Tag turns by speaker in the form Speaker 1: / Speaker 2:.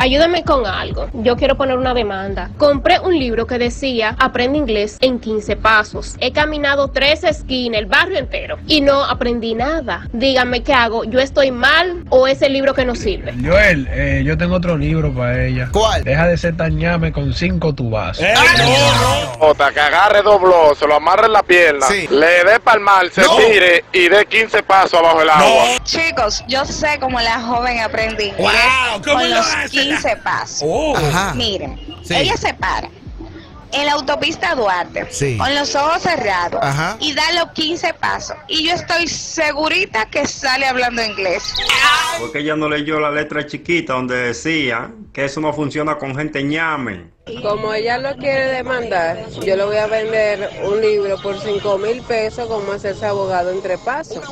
Speaker 1: ayúdame con algo. Yo quiero poner una demanda. Compré un libro que decía Aprende inglés en 15 pasos. He caminado tres esquinas, el barrio entero, y no aprendí nada. Dígame qué hago. ¿Yo estoy mal o es el libro que no sirve?
Speaker 2: Joel, eh, yo tengo otro libro para ella.
Speaker 3: ¿Cuál?
Speaker 2: Deja de ser tan ñame con cinco tubazos.
Speaker 4: ¡Ah, Jota, que agarre dobló, se lo amarre en la pierna,
Speaker 3: Sí.
Speaker 4: le dé palmar, se
Speaker 3: No.
Speaker 4: tire y dé 15 pasos abajo el agua.
Speaker 5: Chicos, yo sé cómo la joven aprendí.
Speaker 6: Wow,
Speaker 5: Es
Speaker 6: ¿cómo
Speaker 5: con
Speaker 6: lo
Speaker 5: los
Speaker 6: hace la-
Speaker 5: 15 pasos.
Speaker 6: Oh.
Speaker 5: 哦
Speaker 3: Ajá.
Speaker 5: Miren,
Speaker 3: Sí.
Speaker 5: ella se para en la autopista Duarte
Speaker 3: Sí.
Speaker 5: con los ojos cerrados
Speaker 3: Ajá.
Speaker 5: y da los 15 pasos. Y yo estoy segurita que sale hablando inglés.
Speaker 7: Porque ella no leyó la letra chiquita donde decía que eso no funciona con gente ñame.
Speaker 8: Como ella lo quiere demandar, yo le voy a vender un libro por 5 mil pesos como hacerse abogado entre pasos.